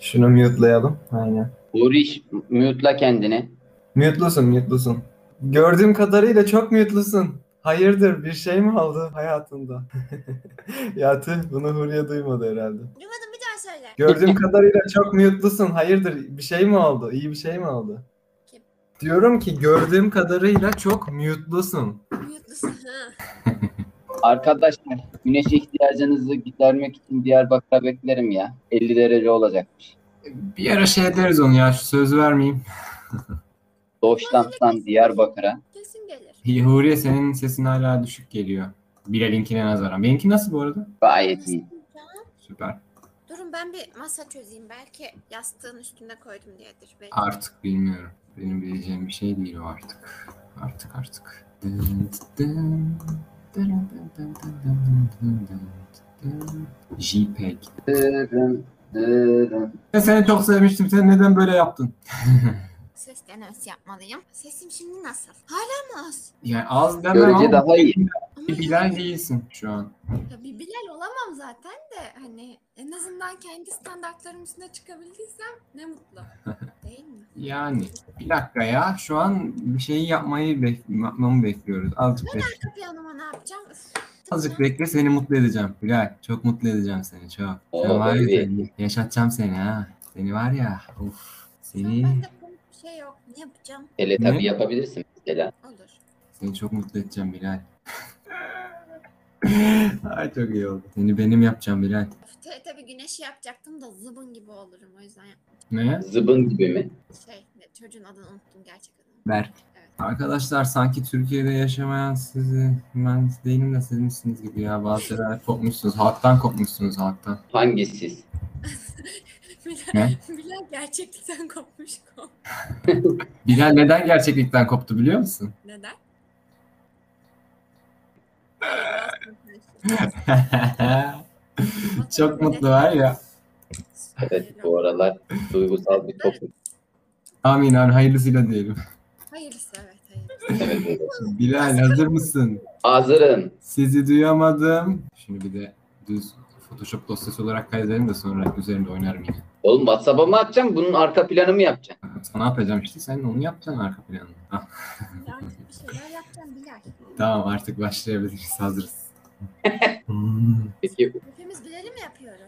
Şunu mute'layalım. Aynen. Uğur mute'la kendini. Mute'lusun, mute'lusun. Gördüğüm kadarıyla çok mute'lusun. Hayırdır bir şey mi oldu hayatında? ya tüh bunu Huriye duymadı herhalde. Duymadım bir daha söyle. Gördüğüm kadarıyla çok mute'lusun. Hayırdır bir şey mi oldu? İyi bir şey mi oldu? Kim? Diyorum ki gördüğüm kadarıyla çok mute'lusun. Mute'lusun. Ha. Arkadaşlar güneş ihtiyacınızı gidermek için Diyarbakır'a beklerim ya. 50 derece olacakmış. Bir ara şey ederiz onu ya söz vermeyeyim. Doğuştan Diyarbakır'a. Kesin gelir. Huriye senin sesin hala düşük geliyor. Bilal'inkine nazaran. Benimki nasıl bu arada? Gayet iyi. Süper. Durun ben bir masa çözeyim. Belki yastığın üstüne koydum diyedir. Belki. Artık bilmiyorum. Benim bileceğim bir şey değil o artık. Artık artık. JPEG. Dırın, dırın. Ben seni çok sevmiştim. Sen neden böyle yaptın? Ses denemesi yapmalıyım. Sesim şimdi nasıl? Hala mı az? Yani az demem Görece ama daha iyi. Ama bir bilen değilsin şu an. Ya bir Bilal olamam zaten de hani en azından kendi standartlarım üstüne çıkabildiysem ne mutlu. Değil mi? Yani bir dakika ya. Şu an bir şeyi yapmayı bek yapmamı bekliyoruz. Azıcık bekle. Kapı yanıma ne yapacağım? Üf, Azıcık tamam. bekle seni mutlu edeceğim. Bilal çok mutlu edeceğim seni çok. Sen Oo, var ya baby. seni, yaşatacağım seni ha. Seni var ya. Uf. Seni... Ben de komik bir şey yok. Ne yapacağım? Hele tabii Ne? yapabilirsin mesela. Olur. Seni çok mutlu edeceğim Bilal. Ay çok iyi oldu. Seni benim yapacağım Bilal. Üf, te- tabii güneşi yapacaktım da zıbın gibi olurum o yüzden yapmadım. Ne? Zıbın gibi mi? şey ne- çocuğun adını unuttum gerçek adını. Berk. Evet. Arkadaşlar sanki Türkiye'de yaşamayan sizi ben değilim de sizmişsiniz gibi ya. Bazıları kopmuşsunuz. Halktan kopmuşsunuz halktan. Hangisiz? Bilal, Ne? Bilal gerçekten kopmuş kop. Bilal neden gerçeklikten koptu biliyor musun? Neden? çok mutlu var ya. Evet bu aralar duygusal bir toplum. Amin abi hayırlısıyla diyelim. Hayırlısı evet hayırlısı. Evet, evet. Bilal hazır mısın? Hazırım. Sizi duyamadım. Şimdi bir de düz Photoshop dosyası olarak kaydedelim de sonra üzerinde oynarım yine. Oğlum WhatsApp'a mı atacağım? Bunun arka planı mı yapacaksın? Sana yapacağım işte sen onu yapacaksın arka planını. Ah, Artık bir şeyler yapacağım Bilal. tamam artık başlayabiliriz hazırız. Hmm, Peki Hepimiz Bilal'i mi yapıyoruz?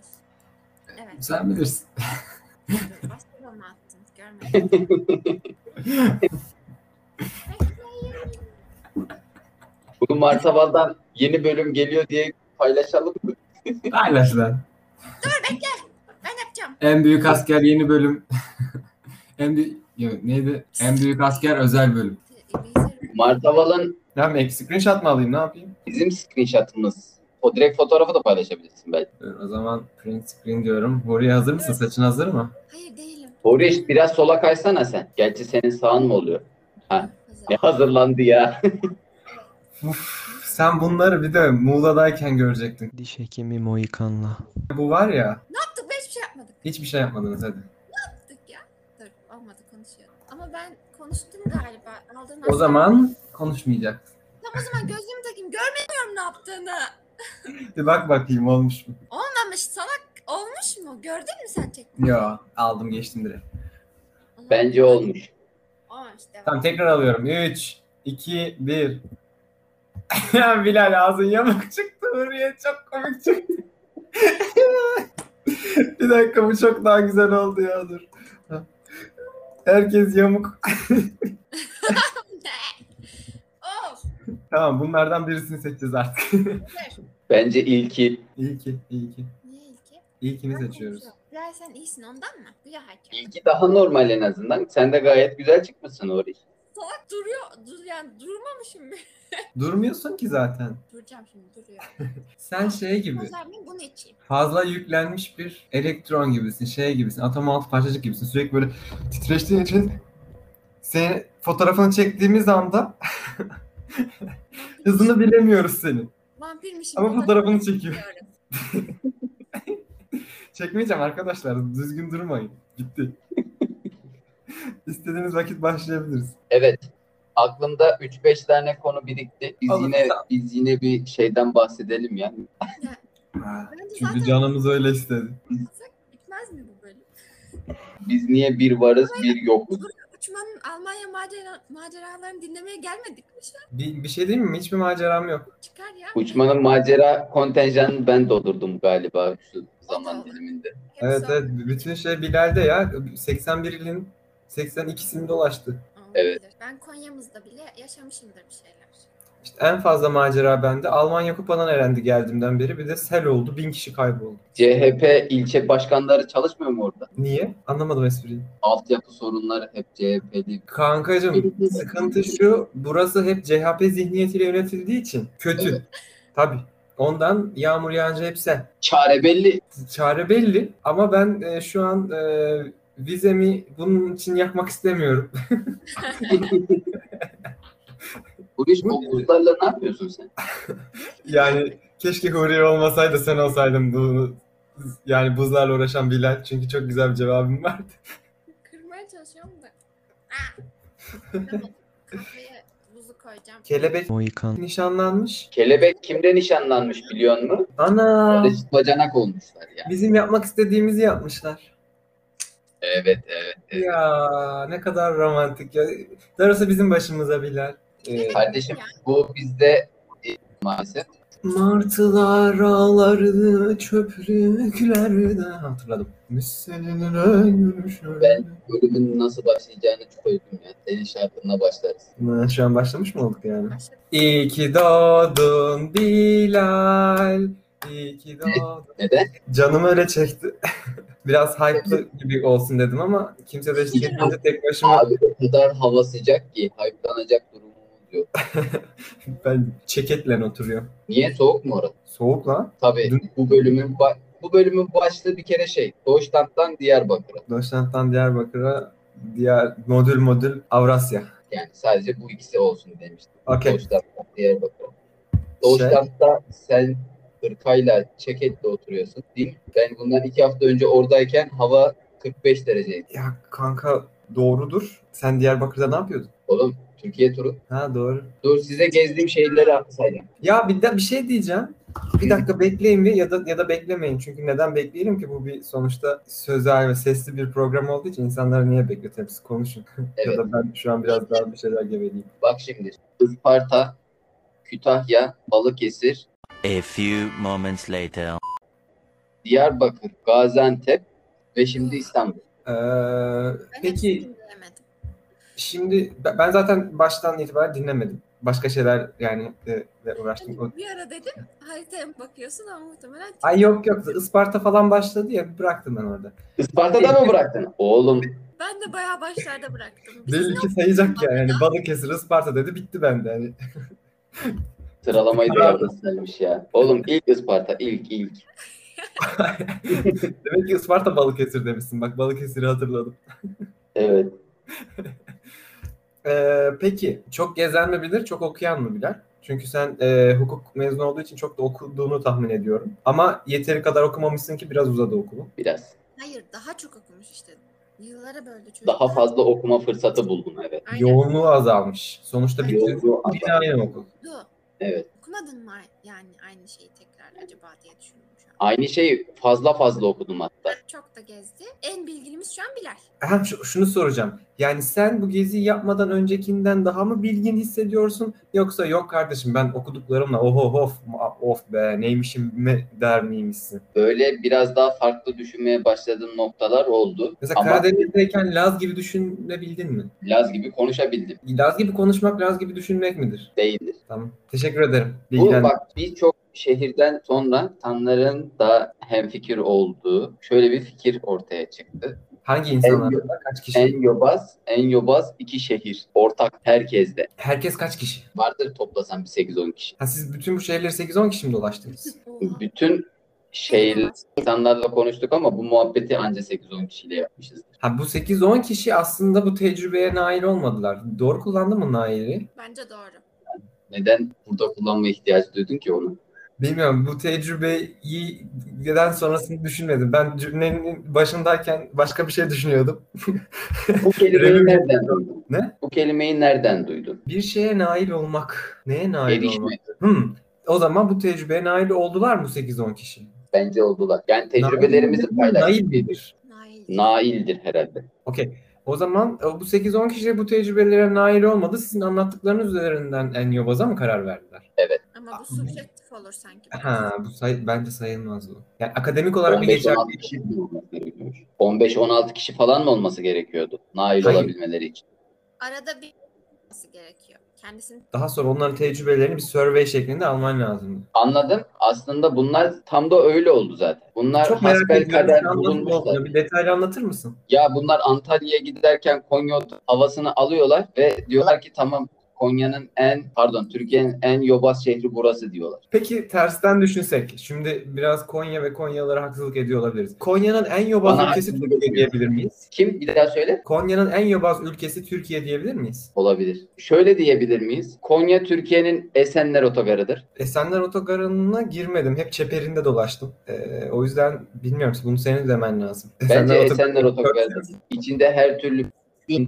Evet. sen bilirsin. dur, Başka mı attın? Görmedim. Bekleyin. bunu Mart Haval'dan yeni bölüm geliyor diye paylaşalım mı? Paylaş lan. Ben yapacağım. En büyük asker yeni bölüm. en büyük neydi? En büyük asker özel bölüm. Bilgisayarım- Mart Haval'ın Tamam ek screenshot mı alayım ne yapayım? bizim screenshot'ımız. O direkt fotoğrafı da paylaşabilirsin belki. O zaman print screen diyorum. Oraya hazır mısın? Saçın hazır mı? Hayır değilim. Horeş biraz sola kaysana sen. Gerçi senin sağın mı oluyor? Ha. Hazır. Ne hazırlandı ya. Sen bunları bir de Muğla'dayken görecektin. Diş hekimi Moikan'la. Bu var ya Yaptık be hiçbir şey yapmadık. hiçbir şey yapmadınız hadi. Yaptık ya. Dur olmadı konuşuyorum. Ama ben konuştum galiba. Aldığın O zaman konuşmayacak. Tam o zaman gözlüğümü takayım. Görmüyorum ne yaptığını. Bir bak bakayım olmuş mu? Olmamış salak olmuş mu? Gördün mü sen çektiğini? Yo aldım geçtim direkt. Aman, Bence olmuş. Olmamış devam. Tamam tekrar alıyorum. 3, 2, 1. Bilal ağzın yamuk çıktı. Hürriye çok komik çıktı. bir dakika bu çok daha güzel oldu ya dur. Herkes yamuk. Ne? of. Tamam bunlardan birisini seçeceğiz artık. Dur. Bence ilki. iyi ki, iyi ki. Niye ilki? İlkini Ben seçiyoruz. konuşuyorum. Bilal sen iyisin ondan mı? Bilal hakem. İlki daha normal en azından. Sen de gayet güzel çıkmışsın Horeş. Salak duruyor. Dur, yani durmamışım bir. Durmuyorsun ki zaten. Duracağım şimdi duruyor. Sen şey gibi. O zaman bunu içeyim. fazla yüklenmiş bir elektron gibisin, şey gibisin, atom altı parçacık gibisin. Sürekli böyle titreştiğin için seni fotoğrafını çektiğimiz anda Vampir- hızını bilemiyoruz seni. Vampirmişim. Ama Ondan fotoğrafını çekiyor. korkuyorum. Çekmeyeceğim arkadaşlar, düzgün durmayın. Gitti. İstediğiniz vakit başlayabiliriz. Evet. Aklımda 3-5 tane konu birikti. Biz Alın, yine tamam. biz yine bir şeyden bahsedelim yani. Bence Çünkü zaten canımız öyle istedi. bitmez mi bu bölüm? Biz niye bir varız bir yokuz? Uçmanın Almanya macera, maceralarını dinlemeye gelmedik mi şu an? Bir, bir şey diyeyim mi? Hiçbir maceram yok. Çıkar ya. Uçmanın macera kontenjanını ben doldurdum galiba şu zaman diliminde. Hepsi Evet olabilir. evet. Bütün şey Bilal'de ya. 81 ilin 82'sini dolaştı. Evet. Ben Konya'mızda bile yaşamışımdır bir şeyler. İşte en fazla macera bende. Almanya kupadan elendi geldiğimden beri. Bir de sel oldu. Bin kişi kayboldu. CHP ilçe başkanları çalışmıyor mu orada? Niye? Anlamadım espriyi. Altyapı sorunları hep CHP'li. Kankacığım sıkıntı şu. Burası hep CHP zihniyetiyle yönetildiği için. Kötü. Tabii. Ondan yağmur yağınca hep sel. Çare belli. Çare belli ama ben e, şu an e, vizemi bunun için yakmak istemiyorum. Bu iş o kuzlarla ne yapıyorsun sen? yani keşke Huriye olmasaydı sen olsaydın bunu. Yani buzlarla uğraşan Bilal. Çünkü çok güzel bir cevabım vardı. Kırmaya çalışıyorum da. Ah! Tamam. Kahveye buzu koyacağım. Kelebek Mohikan. nişanlanmış. Kelebek kimde nişanlanmış biliyor musun? Ana Reşit Bacanak olmuşlar ya. bizim yapmak istediğimizi yapmışlar. Evet evet. evet. Ya ne kadar romantik ya. Darısı bizim başımıza Bilal. Ee, Kardeşim bu bizde e, maalesef. Martılar ağlardı çöplüklerde. Hatırladım. Müsselinle gülüşü. Ben- Bölümün nasıl başlayacağını çok uygun ya. Senin şarkınla başlarız. Ben... Şu an başlamış mı olduk yani? Başladım. İyi ki doğdun Bilal. İyi ki doğdun. Neden? Canım öyle çekti. Biraz hype'lı gibi olsun dedim ama kimse de çekmedi tek başıma. Abi o kadar hava sıcak ki hayıflanacak durumumuz yok. Ben çeketle oturuyorum. Niye soğuk mu orası? Soğuk lan. Tabii bu bölümün ba- bu bölümün başlığı bir kere şey. Deutschland'dan Diyarbakır'a. Doşnak'tan Diyarbakır'a diğer modül modül Avrasya. Yani sadece bu ikisi olsun demiştim. Okey. Deutschland'dan Diyarbakır'a. Deutschland'da sen hırkayla ceketle oturuyorsun değil mi? Ben bundan iki hafta önce oradayken hava 45 dereceydi. Ya kanka doğrudur. Sen Diyarbakır'da ne yapıyordun? Oğlum Türkiye turu. Ha doğru. Dur size gezdiğim şehirleri anlatayım. Ya bir, de, bir şey diyeceğim. Bir dakika bekleyin bir ya da ya da beklemeyin. Çünkü neden bekleyelim ki bu bir sonuçta sözel ve sesli bir program olduğu için insanları niye bekletelim? Siz konuşun. ya Evet. da ben şu an biraz daha bir şeyler geveleyeyim. Bak şimdi Isparta, Kütahya, Balıkesir, A few moments later. Diyarbakır, Gaziantep ve şimdi İstanbul. Ee, Ben peki hepsini dinleyemedim. şimdi ben ben zaten baştan itibaren dinlemedim. Başka şeyler yani e, ve uğraştım. O- Hani bir ara dedim haritaya mı bakıyorsun ama muhtemelen Ay yok yok Isparta falan başladı ya bıraktım ben orada. Isparta'da mı bıraktın? Oğlum ben de bayağı başlarda bıraktım. Biz Belli ki sayacak ya yani Balıkesir Isparta dedi bitti bende. Hani Yani. sıralamayı da yapmışlarmış ya. Oğlum ilk Isparta, ilk ilk. Demek ki Isparta Balıkesir demişsin. Bak Balıkesir'i hatırladım. Evet. Ee, peki çok gezen mi bilir, çok okuyan mı bilir? Çünkü sen e, hukuk mezunu olduğu için çok da okuduğunu tahmin ediyorum. Ama yeteri kadar okumamışsın ki biraz uzadı okulu. Biraz. Hayır daha çok okumuş işte. Yıllara böldü çocuk. Daha fazla okuma fırsatı buldun evet. Aynen. Yoğunluğu azalmış. Sonuçta Aynen. bitirdi. Yolcu Yine aynı okul. Dur, Evet. Okumadın mı yani aynı şeyi tekrar acaba diye düşündüm şu an. Aynı şeyi fazla fazla okudum hatta. Çok da gezdi. En bilgilimiz şu an Bilal. Ha, şu- şunu soracağım. Yani sen bu geziyi yapmadan öncekinden daha mı bilgin hissediyorsun? Yoksa yok kardeşim ben okuduklarımla oho of of be neymişim mi der miymişsin? Böyle biraz daha farklı düşünmeye başladığım noktalar oldu. Mesela Ama Karadeniz'deyken Laz gibi düşünebildin mi? Laz gibi konuşabildim. Laz gibi konuşmak Laz gibi düşünmek midir? Değildir. Tamam. Teşekkür ederim. Bu Bilgilendim. bak birçok şehirden sonra Tanların da hemfikir olduğu şöyle bir fikir ortaya çıktı. Hangi insanlar? En- var? Kaç kişi? En yobaz, en yobaz iki şehir. Ortak herkeste. Herkes kaç kişi? Vardır toplasan bir 8-10 kişi. Ha, siz bütün bu şehirleri 8-10 kişi mi dolaştınız? Oha. Bütün şehir insanlarla konuştuk ama bu muhabbeti anca 8-10 kişiyle yapmışız. Ha, bu 8-10 kişi aslında bu tecrübeye nail olmadılar. Doğru kullandım mı naili? Bence doğru. Neden burada kullanma ihtiyacı duydun ki onu? Bilmiyorum bu tecrübeyi neden sonrasını düşünmedim. Ben cümlenin başındayken başka bir şey düşünüyordum. Bu kelimeyi Rebim- nereden duydun? Ne? Bu kelimeyi nereden duydun? Bir şeye nail olmak. Neye nail Erişme. olmak? Hmm. O zaman bu tecrübeye nail oldular mı 8-10 kişi? Bence oldular. Yani tecrübelerimizi Nail paylaştık. midir? Nail Nail. Nail'dir herhalde. O zaman e, bu 8-10 kişi bu tecrübelere nail olmadı. Sizin anlattıklarınız üzerinden en baza mı karar verdiler? Ama bu subjektif olur sanki. Ha, bu say- bence sayılmaz bu. Yani akademik olarak bir geçer. 15-16 kişi mi olması gerekiyormuş? 15-16 kişi falan mı olması gerekiyordu nail Hayır. olabilmeleri için? Arada bir olması gerekiyor. Kendisini Daha sonra onların tecrübelerini bir survey şeklinde alman lazım. Anladım. Aslında bunlar tam da öyle oldu zaten. Bunlar Çok merak ediyorum. hasbelkader Sen nasıl bulunmuşlar. olduğunu Bir detaylı anlatır mısın? Ya bunlar Antalya'ya giderken Konya havasını alıyorlar ve diyorlar ki tamam Konya'nın en pardon Türkiye'nin en yobaz şehri burası diyorlar. Peki tersten düşünsek. Şimdi biraz Konya ve Konyalılara haksızlık ediyor olabiliriz. Konya'nın en yobaz Bana ülkesi haksızlık Türkiye ediyor. diyebilir miyiz? Kim bir daha söyle? Konya'nın en yobaz ülkesi Türkiye diyebilir miyiz? Olabilir. Şöyle diyebilir miyiz? Konya Türkiye'nin Esenler otogarıdır. Esenler Otogarı'na girmedim. Hep çeperinde dolaştım. Ee, o yüzden bilmiyorum. Bunu senin demen lazım. Bence Otogarı- Esenler otogarıdır. İçinde her türlü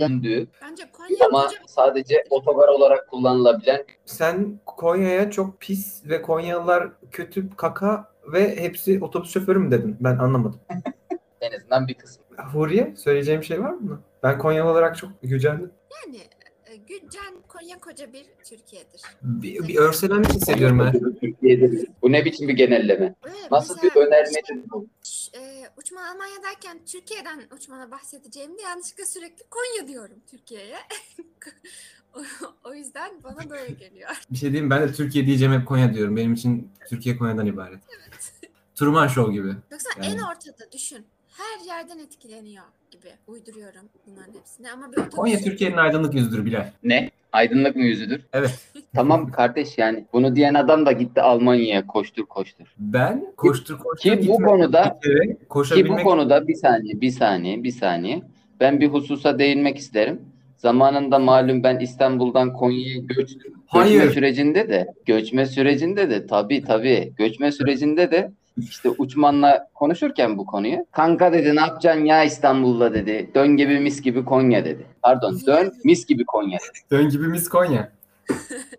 döndüğü bence Konya ama koca- sadece otogar olarak kullanılabilen Sen Konya'ya çok pis ve Konyalılar kötü kaka ve hepsi otobüs şoförü mü dedin? Ben anlamadım. en azından bir kısmı. Huriye söyleyeceğim şey var mı? Ben Konyalı olarak çok gücendim. yani e, Gülcen Konya koca bir Türkiye'dir. Bir, bir örselenmiş hissediyorum ben. Türkiye'dir. Bu ne biçim bir genelleme? Öyle Nasıl mesela bir önermedir bu? uç- e, uçman Almanya'dayken Türkiye'den uçmana bahsedeceğimde yanlışlıkla sürekli Konya diyorum Türkiye'ye. o, o yüzden bana böyle geliyor. Bir şey diyeyim ben de Türkiye diyeceğim hep Konya diyorum. Benim için Türkiye Konya'dan ibaret. Truman Show gibi. Yoksa en Yani- ortada düşün. Her yerden etkileniyor gibi uyduruyorum bunların hepsini ama bir otobüs Konya Türkiye'nin aydınlık yüzüdür Bilal. Ne? Aydınlık mı yüzüdür? Evet. Tamam kardeş yani bunu diyen adam da gitti Almanya'ya koştur koştur. Ben koştur koştur Ki bu gitmedim. konuda- Bir kere Ki bu koşabilmek konuda bir saniye bir saniye bir saniye ben bir hususa değinmek isterim. Zamanında malum ben İstanbul'dan Konya'ya göçtüm. Göçme Hayır. sürecinde de göçme sürecinde de tabii tabii göçme sürecinde de işte uçmanla konuşurken bu konuyu kanka dedi ne yapacaksın ya İstanbul'da dedi dön gibi mis gibi Konya dedi. Pardon dön mis gibi Konya. dedi. Dön gibi Miss Konya.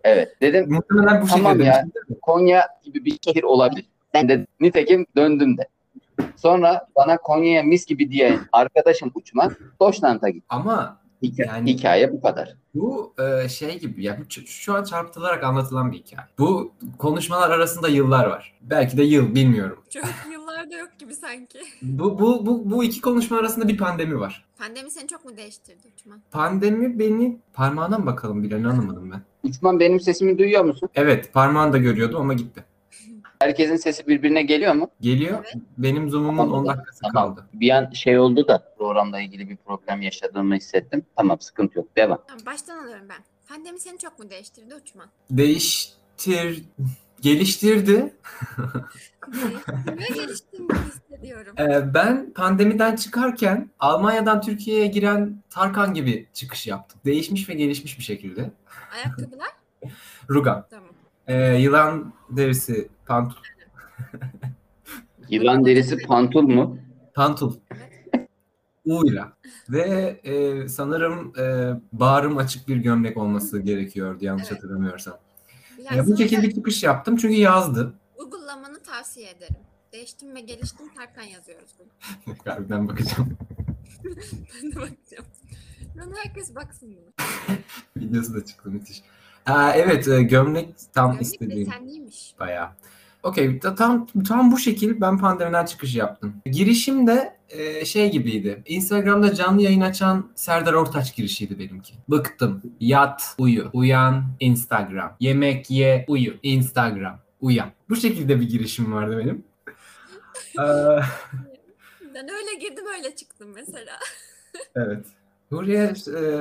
Evet dedim Muhtemelen bu Tamam şekilde. ya. Konya gibi bir şehir olabilir. Ben de nitekim döndüm de. Sonra bana Konya'ya mis gibi diye arkadaşım uçmak Doşnant'a gitti. Ama Hikaye, Yani- hikaye bu kadar. Bu e, şey gibi ya bu ç- şu an çarpıtılarak anlatılan bir hikaye. Bu konuşmalar arasında yıllar var. Belki de yıl bilmiyorum. Çok yıllarda yok gibi sanki. Bu bu bu, bu iki konuşma arasında bir pandemi var. Pandemi seni çok mu değiştirdi Uçman? Pandemi beni parmağına mı bakalım bile ne anlamadım ben. Uçman benim sesimi duyuyor musun? Evet parmağını da görüyordum ama gitti. Herkesin sesi birbirine geliyor mu? Geliyor. Benim zoom'umun Tamam, 10 tamam. dakikası Tamam. kaldı. Bir an şey oldu da programla ilgili bir problem yaşadığımı hissettim. Tamam sıkıntı yok. Devam. Tamam, baştan alıyorum ben. Pandemi seni çok mu değiştirdi Uçman? Değiştir geliştirdi. Değiştirmeye geliştiğimi hissediyorum. Ee, ben pandemiden çıkarken Almanya'dan Türkiye'ye giren Tarkan gibi çıkış yaptım. Değişmiş ve gelişmiş bir şekilde. Ayakkabılar Rugan. tamam. Ee, yılan derisi pantul. Yılan derisi pantul mu? Pantul. U'yla. Ve e, sanırım e, bağrım açık bir gömlek olması gerekiyordu yanlış Evet. hatırlamıyorsam. Yani E, bu sana şekilde da bir çıkış yaptım çünkü yazdı. uygulamanı tavsiye ederim. Değiştim ve geliştim Tarkan yazıyoruz bunu. Harbiden bakacağım. ben de bakacağım. Lan herkes baksın bunu. Videosu da çıktı müthiş. Aa, evet e, gömlek tam Gömlek istediğim. desenliymiş. Bayağı. Okey ta- tam tam bu şekil ben pandemiden çıkış yaptım. Girişim de e, şey gibiydi. Instagram'da canlı yayın açan Serdar Ortaç girişiydi benimki. Bıktım. Yat, uyu. Uyan, Instagram. Yemek ye, uyu. Instagram. Uyan. Bu şekilde bir girişim vardı benim. Ee, Ben öyle girdim öyle çıktım mesela. evet. Huriye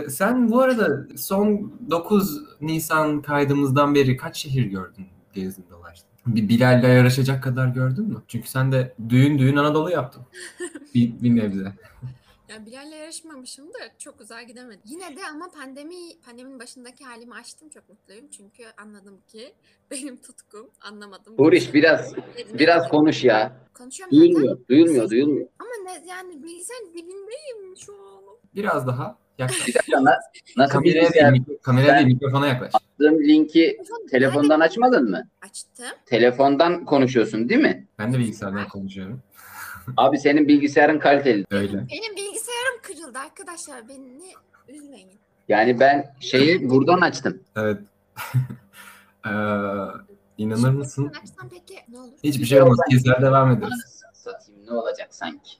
e, sen bu arada son 9 Nisan kaydımızdan beri kaç şehir gördün gezdin dolaştın? Bir Bilal'le yarışacak kadar gördün mü? Çünkü sen de düğün düğün Anadolu yaptın. Bir, bir nebze. Ya Bilal'le yarışmamışım da çok uzağa gidemedim. Yine de ama pandemi pandeminin başındaki halimi açtım çok mutluyum. Çünkü anladım ki benim tutkum anlamadım. Huriş biraz biraz konuş ya. Konuşuyorum zaten. Duyulmuyor, duyulmuyor, duyulmuyor. Ama ne, yani bilgisayar dibindeyim şu an. Biraz daha yaklaş. Bir dakika na- nasıl bir Kameraya değil, mikro- kameraya değil mikrofona yaklaş. linki Telefon telefondan açmadın mı? Açtım. Telefondan konuşuyorsun değil mi? Ben de bilgisayardan konuşuyorum. Abi senin bilgisayarın kaliteli. Öyle. Benim bilgisayarım kırıldı arkadaşlar. Beni üzmeyin. Yani ben şeyi buradan açtım. Evet. ee, inanır mısın? Sen açsan peki ne olur? Hiçbir şey olmaz. Gezer devam ederiz. Anasını Satayım ne olacak sanki.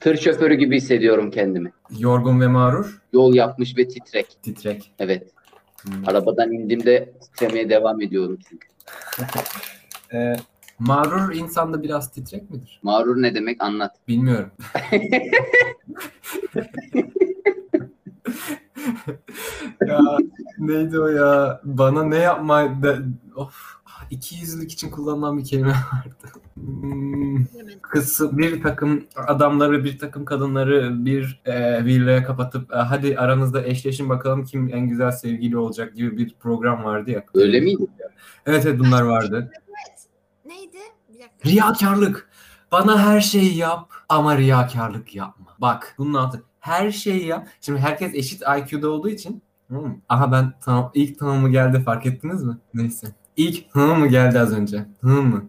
Tır şoförü gibi hissediyorum kendimi. Yorgun ve mağrur. Yol yapmış ve titrek. Titrek. Evet. Hmm. Arabadan indiğimde titremeye devam ediyorum çünkü. Ee, mağrur insanda biraz titrek midir? Mağrur ne demek anlat. Bilmiyorum. ya neydi o ya? Bana ne yapma... De... Of. İki yüzlük için kullanılan bir kelime vardı. Hmm. Bilemedim. Kız bir takım adamları, bir takım kadınları bir e, villaya kapatıp e, hadi aranızda eşleşin bakalım kim en güzel sevgili olacak gibi bir program vardı ya. Öyle miydi? Evet evet bunlar vardı. Neydi? Bir dakika. Riyakarlık. Bana her şeyi yap ama riyakarlık yapma. Bak bunun altı. Her şeyi yap. Şimdi herkes eşit IQ'da olduğu için. Hmm. Aha ben tam, ilk tamamı geldi fark ettiniz mi? Neyse. İlk hı mı geldi az önce? Hı mı?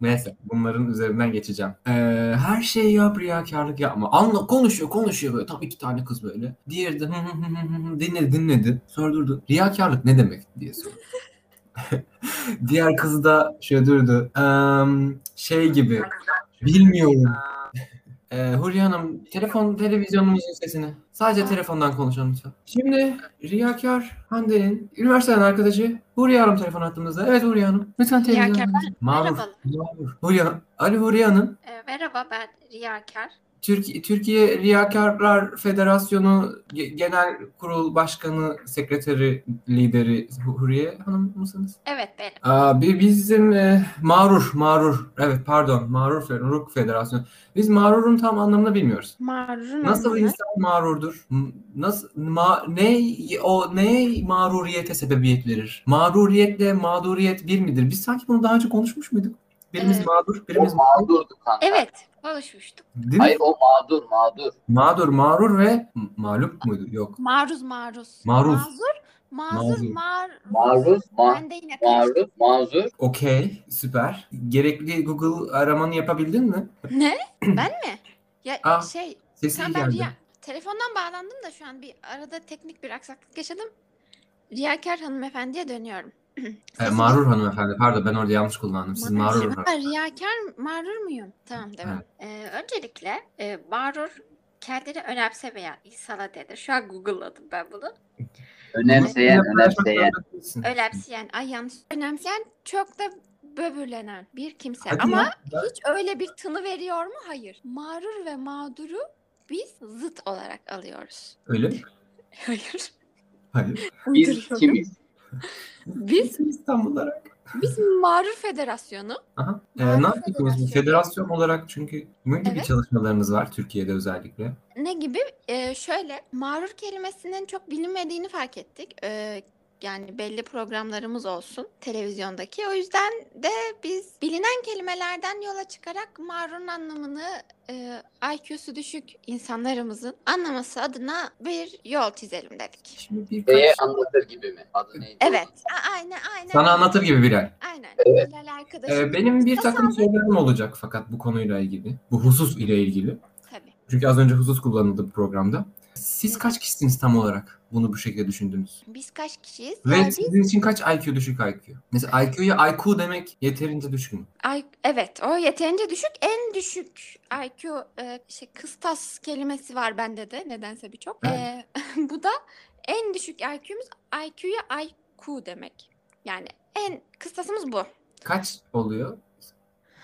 Neyse bunların üzerinden geçeceğim. Ee, her şeyi yap riyakarlık yapma. Anla konuşuyor konuşuyor böyle tam iki tane kız böyle. Diğeri de hı hı hı hı hı dinledi dinledi. Sonra durdu. Riyakarlık ne demek diye sordu. Diğer kız da şey durdu. "Em, şey gibi. Bilmiyorum. Ee, Huriye Hanım, telefon, televizyonumuzun sesini. Sadece telefondan konuşalım lütfen. Şimdi Riyakar Hande'nin üniversiteden arkadaşı Huriye Hanım telefon attığımızda. Evet Huriye Hanım. Lütfen Riyakar, televizyonumuzu. ben- Mağrur. merhabalar. Mağrur. Huriye Hanım. Ali Huriye Hanım. Ee, merhaba ben Riyakar. Türkiye, Türkiye Riyakarlar Federasyonu Ge- Genel Kurul Başkanı, Sekreteri, Lideri Huriye Hanım mısınız? Evet benim. Aa, bi- bizim e, Mağrur, Mağrur. Evet pardon, Mağrur Fe- Ruk Federasyonu. Biz Mağrur'un tam anlamını bilmiyoruz. Marun Nasıl insan mağrurdur? M- Nasıl ma, ne o ne mağruriyete sebebiyet verir? Mağruriyetle mağduriyet bir midir? Biz sanki bunu daha önce konuşmuş muyduk? Birimiz Evet. mağdur, O birimiz mağdur. mağdurdu kanka. Evet, konuşmuştuk. Değil mi? Hayır o mağdur mağdur. Mağdur, mağrur ve m- mağlup muydu? Yok. Maruz, maruz. Maruz. Mazur, mazur, Mazur. mar. Maruz ma Ben de yine karıştım. mağrur mazur. Okey, süper. Gerekli Google aramanı yapabildin mi? Ne? Ben mi? Ya Ah, şey, Sesi iyi sen ben geldi. Riya... Telefondan bağlandım da şu an bir arada teknik bir aksaklık yaşadım. Riyakar hanımefendiye dönüyorum. E, Sesimi- Mağrur hanımefendi. Pardon ben orada yanlış kullandım. Siz mağrur hanım. Ha, riyakar mağrur muyum? Tamam devam. Ee, öncelikle e, mağrur kendini önemsemeyen insana denir. Şu an Google'ladım ben bunu. Önemseyen önemseyen. Önemseyen, ay yanlış. Önemseyen çok da böbürlenen bir kimse. Hadi Ama ya. Ben- Hiç öyle bir tını veriyor mu? Hayır. Mağrur ve mağduru biz zıt olarak alıyoruz. Öyle mi? Hayır. Hayır. Biz Uyduruyorum. kimiz? Biz, İstanbul olarak. biz Mağrur Federasyonu. Aha. Ee, Mağrur ne yapıyorsunuz? bu? Federasyonu. Federasyon olarak çünkü ne gibi Evet. çalışmalarınız var Türkiye'de özellikle? Ne gibi? Ee, şöyle, mağrur kelimesinin çok bilinmediğini fark ettik. Ee, yani belli programlarımız olsun televizyondaki. O yüzden de biz bilinen kelimelerden yola çıkarak mağrurun anlamını e, IQ'su düşük insanlarımızın anlaması adına bir yol çizelim dedik. Şimdi birkaç... Şeye anlatır gibi mi? Adı neydi? Evet. A- aynen aynen. Sana anlatır gibi Birer. Aynen. Evet. Hilal arkadaşım. Ee, benim bir Tasavvuf- takım sorularım olacak fakat bu konuyla ilgili. Bu husus ile ilgili. Tabii. Çünkü az önce husus kullanıldı programda. Siz kaç kişisiniz tam olarak bunu bu şekilde düşündünüz? Biz kaç kişiyiz? Ve Yani biz- sizin için kaç IQ düşük IQ? Mesela IQ'ya IQ demek yeterince düşük mü? Ay, evet o yeterince düşük. En düşük IQ e, şey kıstas kelimesi var bende de nedense birçok. E, bu da en düşük IQ'muz IQ'ya IQ demek. Yani en kıstasımız bu. Kaç oluyor?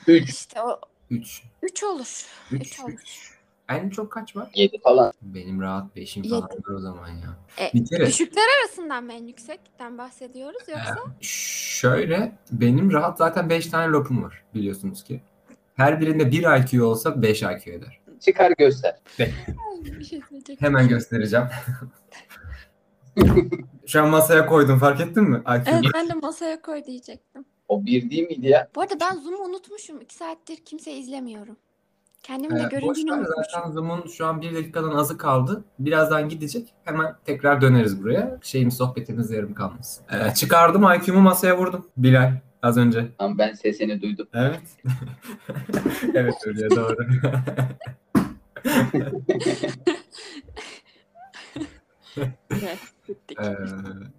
Üç. İşte o 3. 3 olur. 3. Üç olmuş. En çok kaç var? Yedi falan. Benim rahat 5'im Yedi. falan var o zaman ya. E, bir kere Düşükler arasından mı en yüksekten bahsediyoruz yoksa? şöyle benim rahat zaten 5 tane lopum var biliyorsunuz ki. Her birinde 1 IQ olsa 5 IQ eder. Çıkar göster. Ay, bir şey söyleyecektim. Hemen göstereceğim. Şu an masaya koydum fark ettin mi? IQ'yu. Evet ben de masaya koy diyecektim. O bir değil miydi ya? Bu arada ben Zoom'u unutmuşum. İki saattir kimse izlemiyorum. Kendim de Ee, boş göründüğünü ver, unutmuşum. zaten Zoom'un şu an 1 dakikadan azı kaldı. Birazdan gidecek. Hemen tekrar döneriz buraya. Şeyim sohbetimiz yarım kalmasın. Ee, çıkardım IQ'mu masaya vurdum. Bilal. az önce. Tamam ben sesini duydum. Evet. evet öyle doğru. Evet, gittik. Ee,